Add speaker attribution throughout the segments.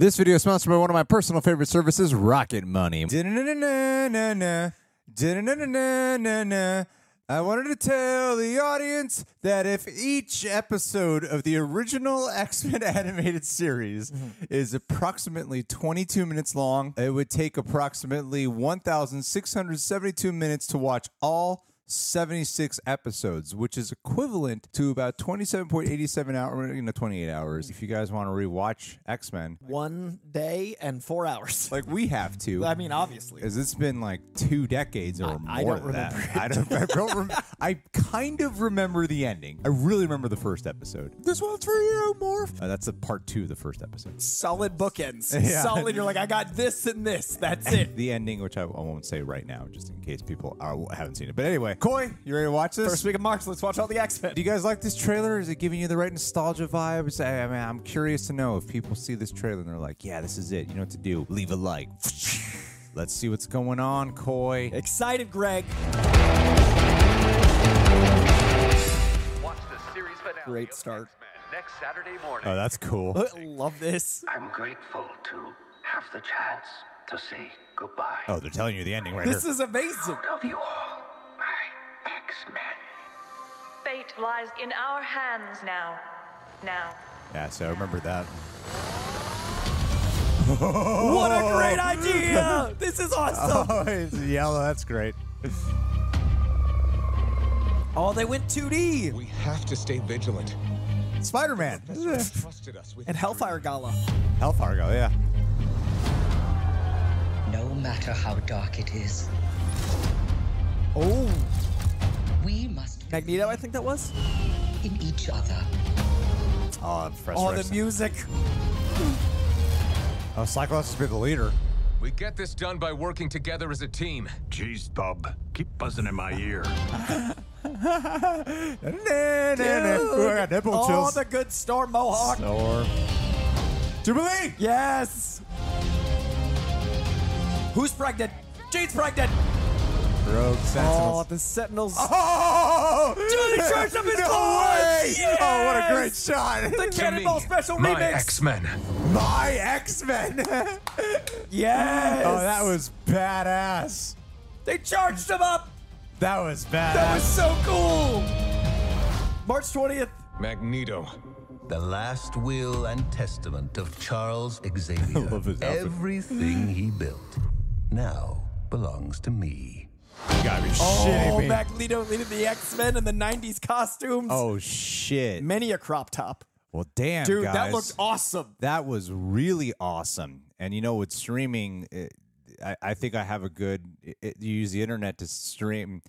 Speaker 1: This video is sponsored by one of my personal favorite services, Rocket Money. Da-na-na-na-na-na. Da-na-na-na-na-na. I wanted to tell the audience that if each episode of the original X Men animated series is approximately 22 minutes long, it would take approximately 1,672 minutes to watch all 76 episodes, which is equivalent to about 27.87 hours, you know, 28 hours. If you guys want to rewatch X Men,
Speaker 2: One day and four hours.
Speaker 1: like we have to.
Speaker 2: I mean, obviously.
Speaker 1: Because it's been like two decades or more.
Speaker 2: I don't
Speaker 1: than that.
Speaker 2: remember
Speaker 1: I don't. I, don't rem- I kind of remember the ending. I really remember the first episode. This one's for you, Morph. Uh, that's a part two of the first episode.
Speaker 2: Solid bookends.
Speaker 1: Yeah.
Speaker 2: Solid. You're like, I got this and this. That's it.
Speaker 1: The ending, which I, I won't say right now, just in case people are, haven't seen it. But anyway, Coy, you ready to watch this?
Speaker 2: First week of March, let's watch all the X Men.
Speaker 1: Do you guys like this trailer? Is it giving you the right nostalgia vibes? I, I mean, I'm curious to know if people see this trailer and they're like, "Yeah, this is it." You know what to do. Leave a like. Let's see what's going on, Coy.
Speaker 2: Excited, Greg.
Speaker 3: Watch the series finale.
Speaker 2: Great
Speaker 3: of
Speaker 2: start.
Speaker 3: X-Men Next Saturday morning.
Speaker 1: Oh, that's cool.
Speaker 2: Love this.
Speaker 4: I'm grateful to have the chance to say goodbye.
Speaker 1: Oh, they're telling you the ending right
Speaker 2: This
Speaker 1: here.
Speaker 2: is amazing.
Speaker 4: Love you all, my X-Men.
Speaker 5: Fate lies in our hands now. Now.
Speaker 1: yeah, so I remember that.
Speaker 2: What a great idea. This is awesome.
Speaker 1: Oh, it's yellow. That's great.
Speaker 2: Oh, they went 2D.
Speaker 6: We have to stay vigilant.
Speaker 1: Spider Man.
Speaker 6: Trusted us with
Speaker 2: And Hellfire Gala.
Speaker 1: Hell Fargo, yeah.
Speaker 7: No matter how dark it is,
Speaker 2: Oh,
Speaker 7: we must
Speaker 2: Magneto, I think that was.
Speaker 7: believe in each other.
Speaker 1: Oh, Fresh
Speaker 2: Oh,
Speaker 1: Rex.
Speaker 2: the music.
Speaker 1: Oh, Cyclops has been the leader.
Speaker 6: We get this done by working together as a team.
Speaker 8: Jeez, Bob, keep buzzing in my ear.
Speaker 1: Na, na, na. Ooh, I got nipple
Speaker 2: Oh,
Speaker 1: chills.
Speaker 2: the good storm mohawk.
Speaker 1: Or Jubilee.
Speaker 2: Yes. Who's pregnant? Jane's pregnant.
Speaker 1: Rogue
Speaker 2: Oh,
Speaker 1: Sentinels.
Speaker 2: the Sentinels.
Speaker 1: Oh,
Speaker 2: Dude, he charged up his
Speaker 1: no
Speaker 2: claws!
Speaker 1: way! Oh, what a great
Speaker 2: Yes!
Speaker 1: shot!
Speaker 2: The Cannonball Special
Speaker 6: My
Speaker 2: Remix.
Speaker 6: X Men.
Speaker 1: My X Men. oh,
Speaker 2: yes.
Speaker 1: that was badass.
Speaker 2: They charged him up.
Speaker 1: That was badass.
Speaker 2: That was so cool. March 20th.
Speaker 6: Magneto.
Speaker 8: The last will and testament of Charles Xavier.
Speaker 1: love his outfit.
Speaker 8: Everything he built now belongs to me.
Speaker 1: You gotta be
Speaker 2: Oh,
Speaker 1: shitting me.
Speaker 2: Magneto leading the X Men in the 90s costumes.
Speaker 1: Oh shit.
Speaker 2: Many a crop top.
Speaker 1: Well, damn,
Speaker 2: Dude, that
Speaker 1: guys.
Speaker 2: looked awesome.
Speaker 1: That was really awesome. And you know, with streaming, it, I, I think I have a good. It, it- you use the internet to stream.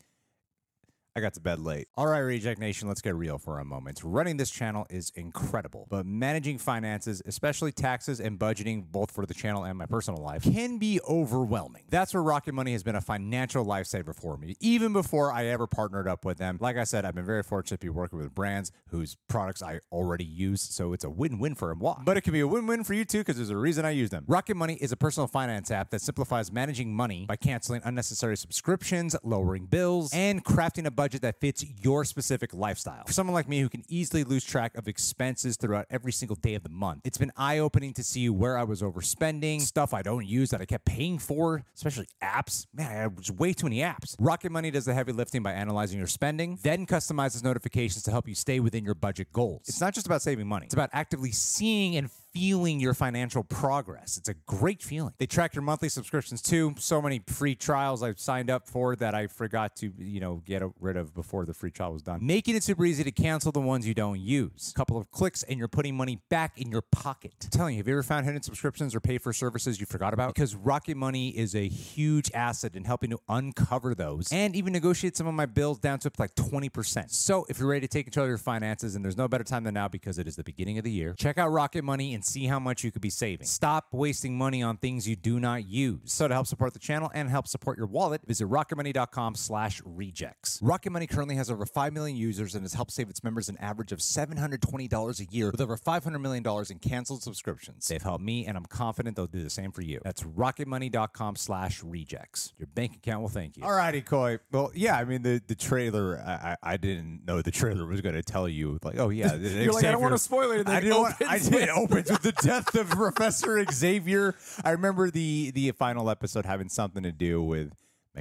Speaker 1: I got to bed late. All right, Reject Nation, let's get real for a moment. Running this channel is incredible, but managing finances, especially taxes and budgeting, both for the channel and my personal life, can be overwhelming. That's where Rocket Money has been a financial lifesaver for me, even before I ever partnered up with them. Like I said, I've been very fortunate to be working with brands whose products I already use, so it's a win-win for them. But it can be a win-win for you too, because there's a reason I use them. Rocket Money is a personal finance app that simplifies managing money by canceling unnecessary subscriptions, lowering bills, and crafting a budget that fits your specific lifestyle. For someone like me who can easily lose track of expenses throughout every single day of the month, it's been eye-opening to see where I was overspending, stuff I don't use that I kept paying for, especially apps. Man, I had just way too many apps. Rocket Money does the heavy lifting by analyzing your spending, then customizes notifications to help you stay within your budget goals. It's not just about saving money, it's about actively seeing and feeling feeling your financial progress. It's a great feeling. They track your monthly subscriptions too. So many free trials I've signed up for that I forgot to, you know, get rid of before the free trial was done. Making it super easy to cancel the ones you don't use. A couple of clicks and you're putting money back in your pocket. I'm telling you, have you ever found hidden subscriptions or pay for services you forgot about? Because Rocket Money is a huge asset in helping to uncover those and even negotiate some of my bills down to up to like 20%. So if you're ready to take control of your finances, and there's no better time than now because it is the beginning of the year, check out Rocket Money and see how much you could be saving. Stop wasting money on things you do not use. So to help support the channel and help support your wallet, visit rocketmoney.com slash rejects. Rocket Money currently has over 5 million users and has helped save its members an average of $720 a year with over $500 million in canceled subscriptions. They've helped me and I'm confident they'll do the same for you. That's rocketmoney.com slash rejects. Your bank account will thank you. All righty, Coy. Well, yeah, I mean, the, the trailer, I, I I didn't know the trailer was going to tell you, like, oh, yeah.
Speaker 2: You're like, I don't want to spoil it.
Speaker 1: I didn't want, I did opens with the death of Professor Xavier. I remember the the final episode having something to do with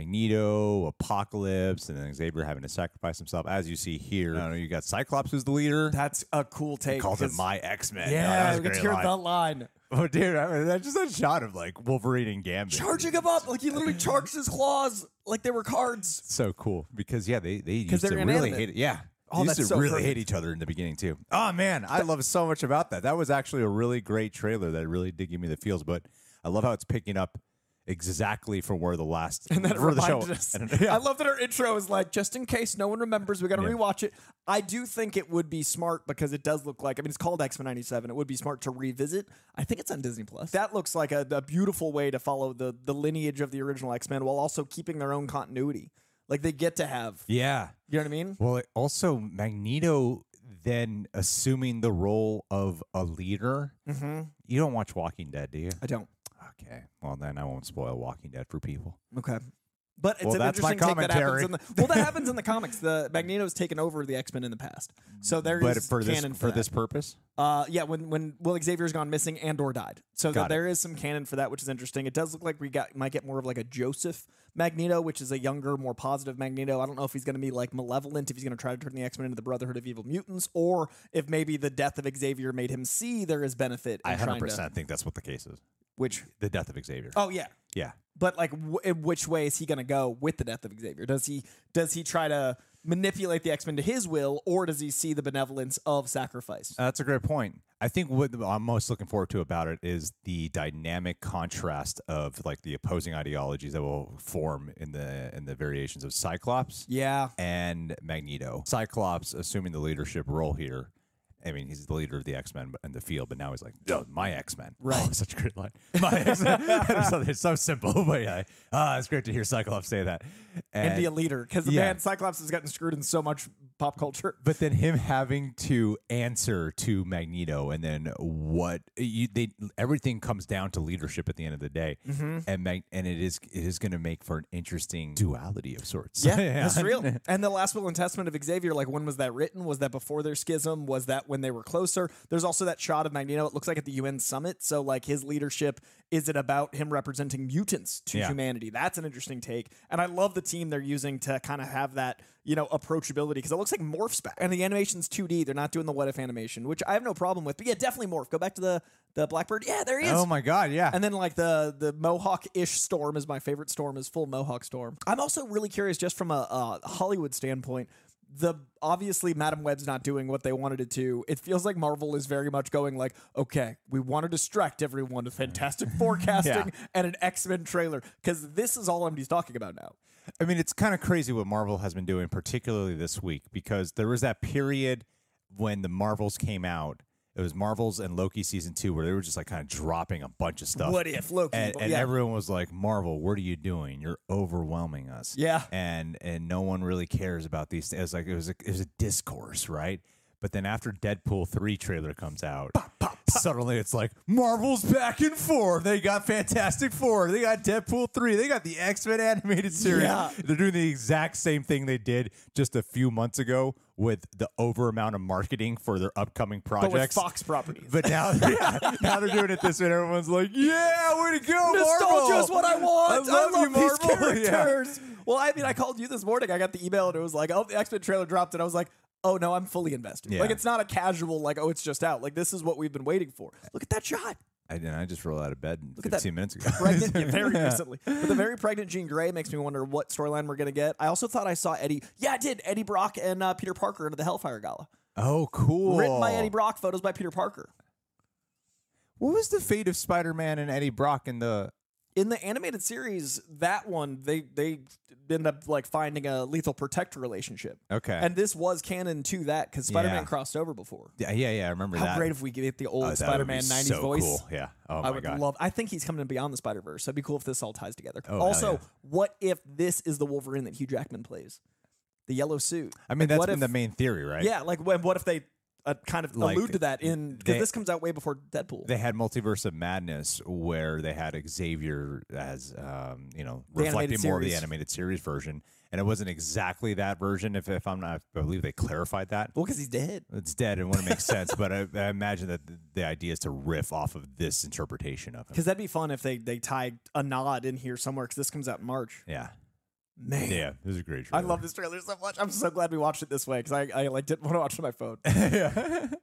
Speaker 1: Magneto, Apocalypse, and then Xavier having to sacrifice himself, as you see here. I don't know, you got Cyclops who's the leader.
Speaker 2: That's a cool take.
Speaker 1: Calls it
Speaker 2: 'cause-
Speaker 1: my X Men.
Speaker 2: Yeah, we get to hear that line.
Speaker 1: Oh, dude, I mean, that's just a shot of like Wolverine and Gambit.
Speaker 2: Charging him up, like he literally charged his claws like they were cards.
Speaker 1: so cool because yeah, they they
Speaker 2: 'Cause
Speaker 1: used
Speaker 2: they're
Speaker 1: to really
Speaker 2: inanimate.
Speaker 1: hate it. Yeah.
Speaker 2: Oh,
Speaker 1: they used
Speaker 2: that's
Speaker 1: to
Speaker 2: so
Speaker 1: really
Speaker 2: perfect.
Speaker 1: hate each other in the beginning too. Oh man, I love so much about that. That was actually a really great trailer that really did give me the feels. But I love how it's picking up exactly from where the last
Speaker 2: And then it
Speaker 1: for the show.
Speaker 2: reminded us.
Speaker 1: and- yeah.
Speaker 2: I love that our intro is like, just in case no one remembers, we got to
Speaker 1: Yeah.
Speaker 2: rewatch it. I do think it would be smart because it does look like, I mean, it's called X Men 97. It would be smart to revisit. I think it's on Disney Plus. That looks like a, a beautiful way to follow the, the lineage of the original X Men while also keeping their own continuity. Like they get to have,
Speaker 1: yeah.
Speaker 2: you know what I mean?
Speaker 1: Well, it also Magneto then assuming the role of a leader.
Speaker 2: Mm-hmm.
Speaker 1: You don't watch Walking Dead, do you?
Speaker 2: I don't.
Speaker 1: Okay. Well, then I won't spoil Walking Dead for people.
Speaker 2: Okay. But it's
Speaker 1: Well,
Speaker 2: an
Speaker 1: that's my
Speaker 2: interesting take that happens
Speaker 1: commentary.
Speaker 2: in the well that happens in the comics. The Magneto's taken over the X Men in the past, so there is
Speaker 1: But for this
Speaker 2: canon
Speaker 1: for
Speaker 2: for that.
Speaker 1: this purpose,
Speaker 2: Uh, yeah, when when Will Xavier's gone missing and or died, so
Speaker 1: Got
Speaker 2: that
Speaker 1: it.
Speaker 2: there is some canon for that, which is interesting. It does look like we got might get more of like a Joseph Magneto, which is a younger, more positive Magneto. I don't know if he's going to be like malevolent, if he's going to try to turn the X Men into the Brotherhood of Evil Mutants, or if maybe the death of Xavier made him see there is benefit. In
Speaker 1: I
Speaker 2: trying
Speaker 1: hundred
Speaker 2: to-
Speaker 1: percent think that's what the case is.
Speaker 2: Which
Speaker 1: The death of Xavier.
Speaker 2: oh yeah,
Speaker 1: Yeah.
Speaker 2: but like w- in which way is he going to go with the death of Xavier? Does he does he try to manipulate the X Men to his will, or does he see the benevolence of sacrifice?
Speaker 1: Uh, That's a great point. I think what I'm most looking forward to about it is the dynamic contrast of like the opposing ideologies that will form in the in the variations of Cyclops
Speaker 2: yeah,
Speaker 1: and Magneto. Cyclops assuming the leadership role here. I mean, he's the leader of the X Men in the field, but now he's like, "Yo, my X Men." Right, oh, such a great line. My X Men. so, it's so simple, but yeah, ah, it's great to hear Cyclops say that
Speaker 2: and, be a leader because the
Speaker 1: yeah.
Speaker 2: man Cyclops has gotten screwed in so much pop culture.
Speaker 1: But then him having to answer to Magneto, and then what you they everything comes down to leadership at the end of the day,
Speaker 2: Mm-hmm.
Speaker 1: and Mag, and it is it is going to make for an interesting duality of sorts.
Speaker 2: that's real. And the last will and testament of Xavier, like when was that written? Was that before their schism? Was that when they were closer? There's also that shot of Magneto. It looks like at the UN summit. So like his leadership, is it about him representing mutants to
Speaker 1: Yeah.
Speaker 2: humanity? That's an interesting take. And I love the team they're using to kind of have that you know approachability because it looks like morphs back and the animation's 2D. They're not doing the what if animation, which I have no problem with. But yeah, definitely morph. Go back to the the Blackbird. Yeah, there he is.
Speaker 1: Oh my god, yeah.
Speaker 2: And then like the the Mohawk ish storm is my favorite storm is full Mohawk storm. I'm also really curious just from a, a Hollywood standpoint. The obviously Madam Web's not doing what they wanted it to. It feels like Marvel is very much going like, okay, we want to distract everyone with fantastic forecasting and an X Men trailer because this is all MD's talking about now.
Speaker 1: I mean, it's kind of crazy what Marvel has been doing, particularly this week, because there was that period when the Marvels came out. It was Marvels and Loki season two, where they were just like kind of dropping a bunch of stuff.
Speaker 2: What if Loki?
Speaker 1: And, and
Speaker 2: Yeah.
Speaker 1: everyone was like, "Marvel, what are you doing? You're overwhelming us."
Speaker 2: Yeah.
Speaker 1: And and no one really cares about these. things. It's like it was a, it was a discourse, right? But then after Deadpool three trailer comes out, suddenly it's like Marvel's back and forth. They got Fantastic Four. They got Deadpool three. They got the X Men animated series.
Speaker 2: Yeah.
Speaker 1: They're doing the exact same thing they did just a few months ago with the over amount of marketing for their upcoming
Speaker 2: But with
Speaker 1: projects.
Speaker 2: Fox properties.
Speaker 1: But now, yeah, now they're doing it this way. and Everyone's like, "Yeah, way to go, Marvel!"
Speaker 2: Nostalgia is what I want. I love,
Speaker 1: you, Marvel.
Speaker 2: these
Speaker 1: Yeah.
Speaker 2: characters. Well, I mean, I called you this morning. I got the email and it was like, "Oh, the X Men trailer dropped," and I was like, oh no, I'm fully invested.
Speaker 1: Yeah.
Speaker 2: Like it's not a casual like, oh, it's just out. Like this is what we've been waiting for. Look at that shot.
Speaker 1: I, and I just rolled out of bed
Speaker 2: Look at that
Speaker 1: 15 minutes ago.
Speaker 2: Pregnant, yeah, very recently. But the very pregnant Jean Grey makes me wonder what storyline we're gonna get. I also thought I saw Eddie. Yeah, I did. Eddie Brock and uh, Peter Parker into the Hellfire Gala.
Speaker 1: Oh, cool.
Speaker 2: Written by Eddie Brock, photos by Peter Parker.
Speaker 1: What was the fate of Spider-Man and Eddie Brock in the?
Speaker 2: in the animated series, that one they they end up like finding a lethal protector relationship.
Speaker 1: Okay.
Speaker 2: and this was canon to that because Spider Man
Speaker 1: Yeah.
Speaker 2: crossed over before.
Speaker 1: Yeah, yeah, yeah. I remember
Speaker 2: How
Speaker 1: that.
Speaker 2: great if we could get the old
Speaker 1: Oh, that would be
Speaker 2: Spider Man '90s
Speaker 1: so
Speaker 2: voice.
Speaker 1: Cool. Yeah. Oh my
Speaker 2: I would
Speaker 1: god. Oh,
Speaker 2: love. I think he's coming to Beyond the Spider Verse. That'd be cool if this all ties together.
Speaker 1: hell
Speaker 2: also,
Speaker 1: yeah.
Speaker 2: what if this is the Wolverine that Hugh Jackman plays, the yellow suit?
Speaker 1: I mean,
Speaker 2: Like,
Speaker 1: that's
Speaker 2: what
Speaker 1: been
Speaker 2: if,
Speaker 1: the main theory, right?
Speaker 2: Yeah, like when, what if they uh, kind of
Speaker 1: Like,
Speaker 2: allude to that in because
Speaker 1: they-
Speaker 2: this comes out way before Deadpool.
Speaker 1: They had Multiverse of Madness, where they had Xavier as, um, you know,
Speaker 2: The animated
Speaker 1: reflecting more of the
Speaker 2: series.
Speaker 1: animated series version, and it wasn't exactly that version. If, if I'm not, I believe they clarified that.
Speaker 2: well, because he's dead.
Speaker 1: It's dead and wouldn't make sense, but I, I imagine that the, the idea is to riff off of this interpretation of him.
Speaker 2: Because that'd be fun if they they tied a nod in here somewhere. Because this comes out in March.
Speaker 1: Yeah,
Speaker 2: Man,
Speaker 1: yeah, this is a great.
Speaker 2: I
Speaker 1: trailer.
Speaker 2: love this trailer so much. I'm so glad we watched it this way because I, I like didn't want to watch it on my phone.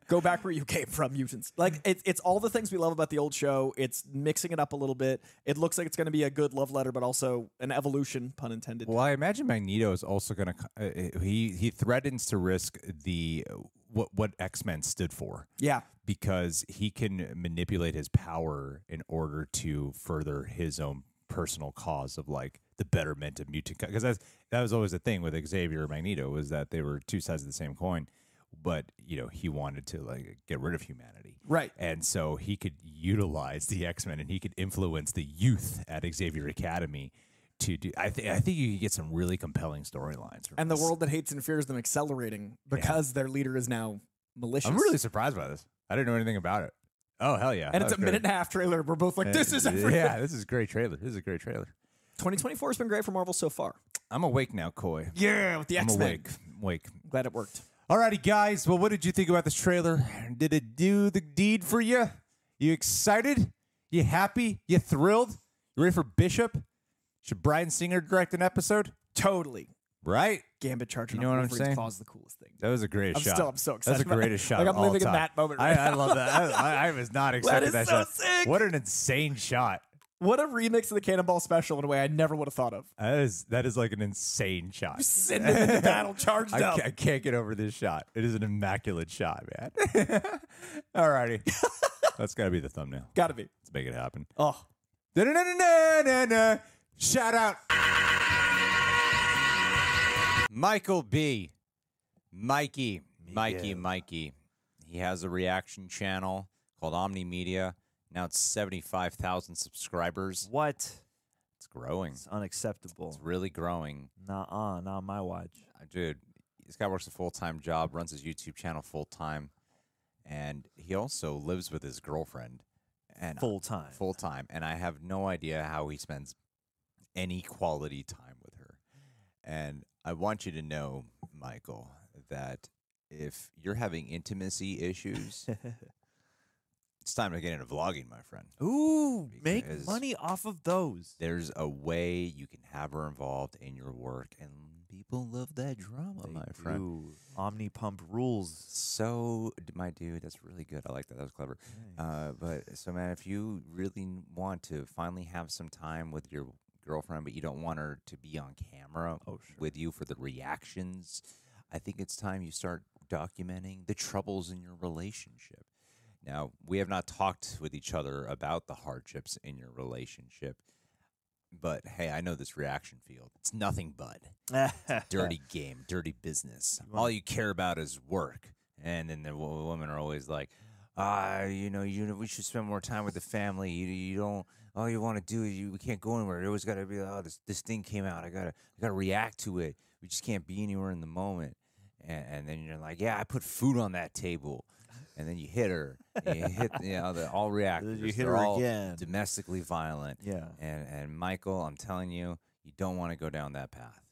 Speaker 2: Go back where you came from, mutants. Like it's it's all the things we love about the old show. It's mixing it up a little bit. It looks like it's going to be a good love letter, but also an evolution, pun intended.
Speaker 1: Well, I imagine Magneto is also going to uh, he he threatens to risk the what what X Men stood for
Speaker 2: Yeah,
Speaker 1: because he can manipulate his power in order to further his own personal cause of like the betterment of mutant because that's that was always the thing with Xavier and Magneto was that they were two sides of the same coin but you know he wanted to like get rid of humanity
Speaker 2: Right.
Speaker 1: and so he could utilize the X-Men and he could influence the youth at Xavier Academy to do I think I think you could get some really compelling storylines from
Speaker 2: and the
Speaker 1: this.
Speaker 2: world that hates and fears them accelerating because their leader is now malicious.
Speaker 1: I'm really surprised by this I didn't know anything about it oh hell yeah
Speaker 2: and it's
Speaker 1: That was
Speaker 2: a
Speaker 1: great.
Speaker 2: minute and a half trailer. We're both like, this is
Speaker 1: Uh,
Speaker 2: everything.
Speaker 1: Yeah, this is a great trailer. This is a great trailer.
Speaker 2: 2024 has been great for Marvel so far.
Speaker 1: I'm awake now, Coy.
Speaker 2: Yeah, with the
Speaker 1: I'm
Speaker 2: X Men.
Speaker 1: awake. Awake.
Speaker 2: Glad it worked.
Speaker 1: Alrighty, guys. Well, what did you think about this trailer? Did it do the deed for you? You excited? You happy? You thrilled? You ready for Bishop? Should Brian Singer direct an episode?
Speaker 2: Totally.
Speaker 1: Right?
Speaker 2: Gambit charging
Speaker 1: You know
Speaker 2: off
Speaker 1: what I'm
Speaker 2: Wolverine's
Speaker 1: saying?
Speaker 2: claw is the coolest thing.
Speaker 1: That was a great
Speaker 2: I'm
Speaker 1: shot.
Speaker 2: still- I'm so
Speaker 1: That
Speaker 2: excited
Speaker 1: was
Speaker 2: about
Speaker 1: the
Speaker 2: it.
Speaker 1: greatest shot.
Speaker 2: Like,
Speaker 1: of
Speaker 2: I'm
Speaker 1: all
Speaker 2: living in
Speaker 1: time.
Speaker 2: that moment
Speaker 1: I-
Speaker 2: right
Speaker 1: I,
Speaker 2: now.
Speaker 1: love that. I, I was not expecting
Speaker 2: is
Speaker 1: that,
Speaker 2: so
Speaker 1: shot.
Speaker 2: sick.
Speaker 1: What an insane shot!
Speaker 2: What a remix of the Cannonball Special in a way I never would have thought of.
Speaker 1: That is that is like an insane shot.
Speaker 2: Send him into battle charged
Speaker 1: I,
Speaker 2: up.
Speaker 1: ca- I can't get over this shot. It is an immaculate shot, man. Alrighty. That's got to be the thumbnail.
Speaker 2: Gotta be.
Speaker 1: Let's make it happen.
Speaker 2: Oh,
Speaker 1: Da-da-da-da-da-da. Shout out. Michael B. Mikey. Mikey, Mikey. He has a reaction channel called Omni Media. Now it's 75,000 subscribers.
Speaker 9: What?
Speaker 1: It's growing.
Speaker 9: It's unacceptable.
Speaker 1: It's really growing.
Speaker 9: Nah, uh, not my watch.
Speaker 1: Uh, dude, this guy works a full time job, runs his YouTube channel full time, and he also lives with his girlfriend and
Speaker 9: Full time.
Speaker 1: full time. And I have no idea how he spends any quality time with her. And I want you to know, Michael, that if you're having intimacy issues, it's time to get into vlogging, my friend.
Speaker 9: Ooh,
Speaker 1: Because-
Speaker 9: make money off of those.
Speaker 1: There's a way you can have her involved in your work, and people love that drama, my friend.
Speaker 9: Ooh, Omni Pump rules.
Speaker 1: So, d- my dude, that's really good. I like that. That was clever. Uh, but so, man, if you really n- want to finally have some time with your girlfriend, but you don't want her to be on camera with you for the reactions, I think it's time you start documenting the troubles in your relationship. Now, we have not talked with each other about the hardships in your relationship, but hey, I know this reaction field. It's nothing but dirty game, dirty business. All you care about is work. And then the w- women are always like, ah, you know, you we should spend more time with the family. You, you don't. All you want to do is you we can't go anywhere. You always got to be like, oh, this this thing came out. I gotta I gotta react to it. We just can't be anywhere in the moment. And, and then you're like, yeah, I put food on that table. And then you hit her. and you hit you know the all reactors.
Speaker 9: hit
Speaker 1: They're
Speaker 9: her
Speaker 1: all
Speaker 9: again.
Speaker 1: Domestically violent.
Speaker 9: Yeah.
Speaker 1: And and Michael, I'm telling you, you don't want to go down that path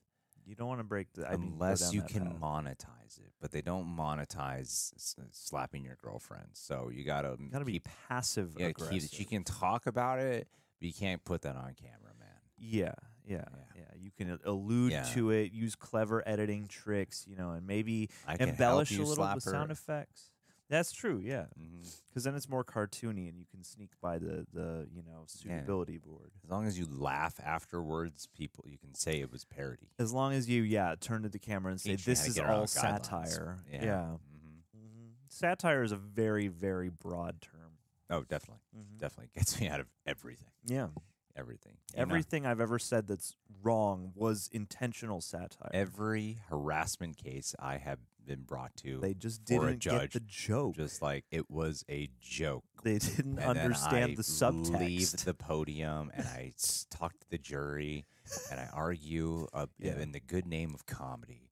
Speaker 9: You don't want to break the. I mean, go
Speaker 1: unless
Speaker 9: down
Speaker 1: you
Speaker 9: that
Speaker 1: can
Speaker 9: path.
Speaker 1: monetize it. But they don't monetize s- slapping your girlfriend. So you gotta
Speaker 9: You gotta be
Speaker 1: keep-
Speaker 9: passive
Speaker 1: yeah, keep
Speaker 9: aggressive.
Speaker 1: it. You can talk about it, but you can't put that on camera, man.
Speaker 9: Yeah,
Speaker 2: yeah, yeah. You can allude
Speaker 1: Yeah.
Speaker 2: to it, use clever editing tricks, you know, and maybe
Speaker 1: I can help
Speaker 2: embellish
Speaker 1: you Mm-hmm.
Speaker 2: a little
Speaker 1: slap
Speaker 2: with
Speaker 1: her.
Speaker 2: sound effects. That's true, yeah. Because then it's more cartoony, and you can sneak by the the you know
Speaker 1: Yeah.
Speaker 2: suitability board.
Speaker 1: As long as you laugh afterwards, people you can say it was parody.
Speaker 2: As long as you yeah turn to the camera and say
Speaker 1: Teach me how
Speaker 2: this
Speaker 1: to
Speaker 2: is
Speaker 1: get around
Speaker 2: all
Speaker 1: the guidelines."
Speaker 2: satire.
Speaker 1: Yeah. Mm-hmm.
Speaker 2: Mhm. Satire is a very very broad term.
Speaker 1: Oh, definitely,
Speaker 9: Mm-hmm.
Speaker 1: definitely gets me out of everything.
Speaker 2: Yeah.
Speaker 1: everything. you know?
Speaker 2: Everything I've ever said that's wrong was intentional satire.
Speaker 1: every harassment case I have been brought to,
Speaker 2: They just
Speaker 1: for a
Speaker 2: didn't get
Speaker 1: judge,
Speaker 2: the joke.
Speaker 1: Just like it was a joke.
Speaker 2: They didn't
Speaker 1: And then
Speaker 2: understand
Speaker 1: I
Speaker 2: the subtext.
Speaker 1: Leave the podium and I s- talk to the jury and I argue uh,
Speaker 2: Yeah.
Speaker 1: in the good name of comedy.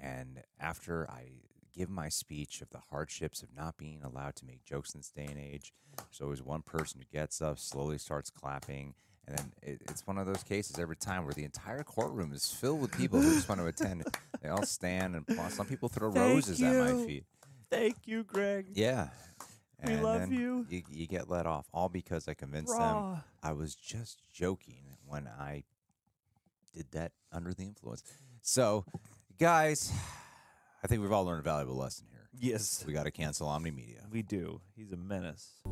Speaker 1: And after I give my speech of the hardships of not being allowed to make jokes in this day and age, there's always one person who gets up, slowly starts clapping. And then it, it's one of those cases every time where the entire courtroom is filled with people who just want to attend. They all stand and applaud. Some people throw
Speaker 2: Thank
Speaker 1: roses at my
Speaker 2: you.
Speaker 1: feet.
Speaker 2: Thank you, Greg.
Speaker 1: Yeah.
Speaker 2: We love
Speaker 1: then
Speaker 2: you.
Speaker 1: you. You get let off all because I convinced
Speaker 2: Raw.
Speaker 1: them I was just joking when I did that under the influence. So, guys, I think we've all learned a valuable lesson here.
Speaker 2: Yes.
Speaker 1: We got to cancel Omni Media.
Speaker 2: We do. He's a menace.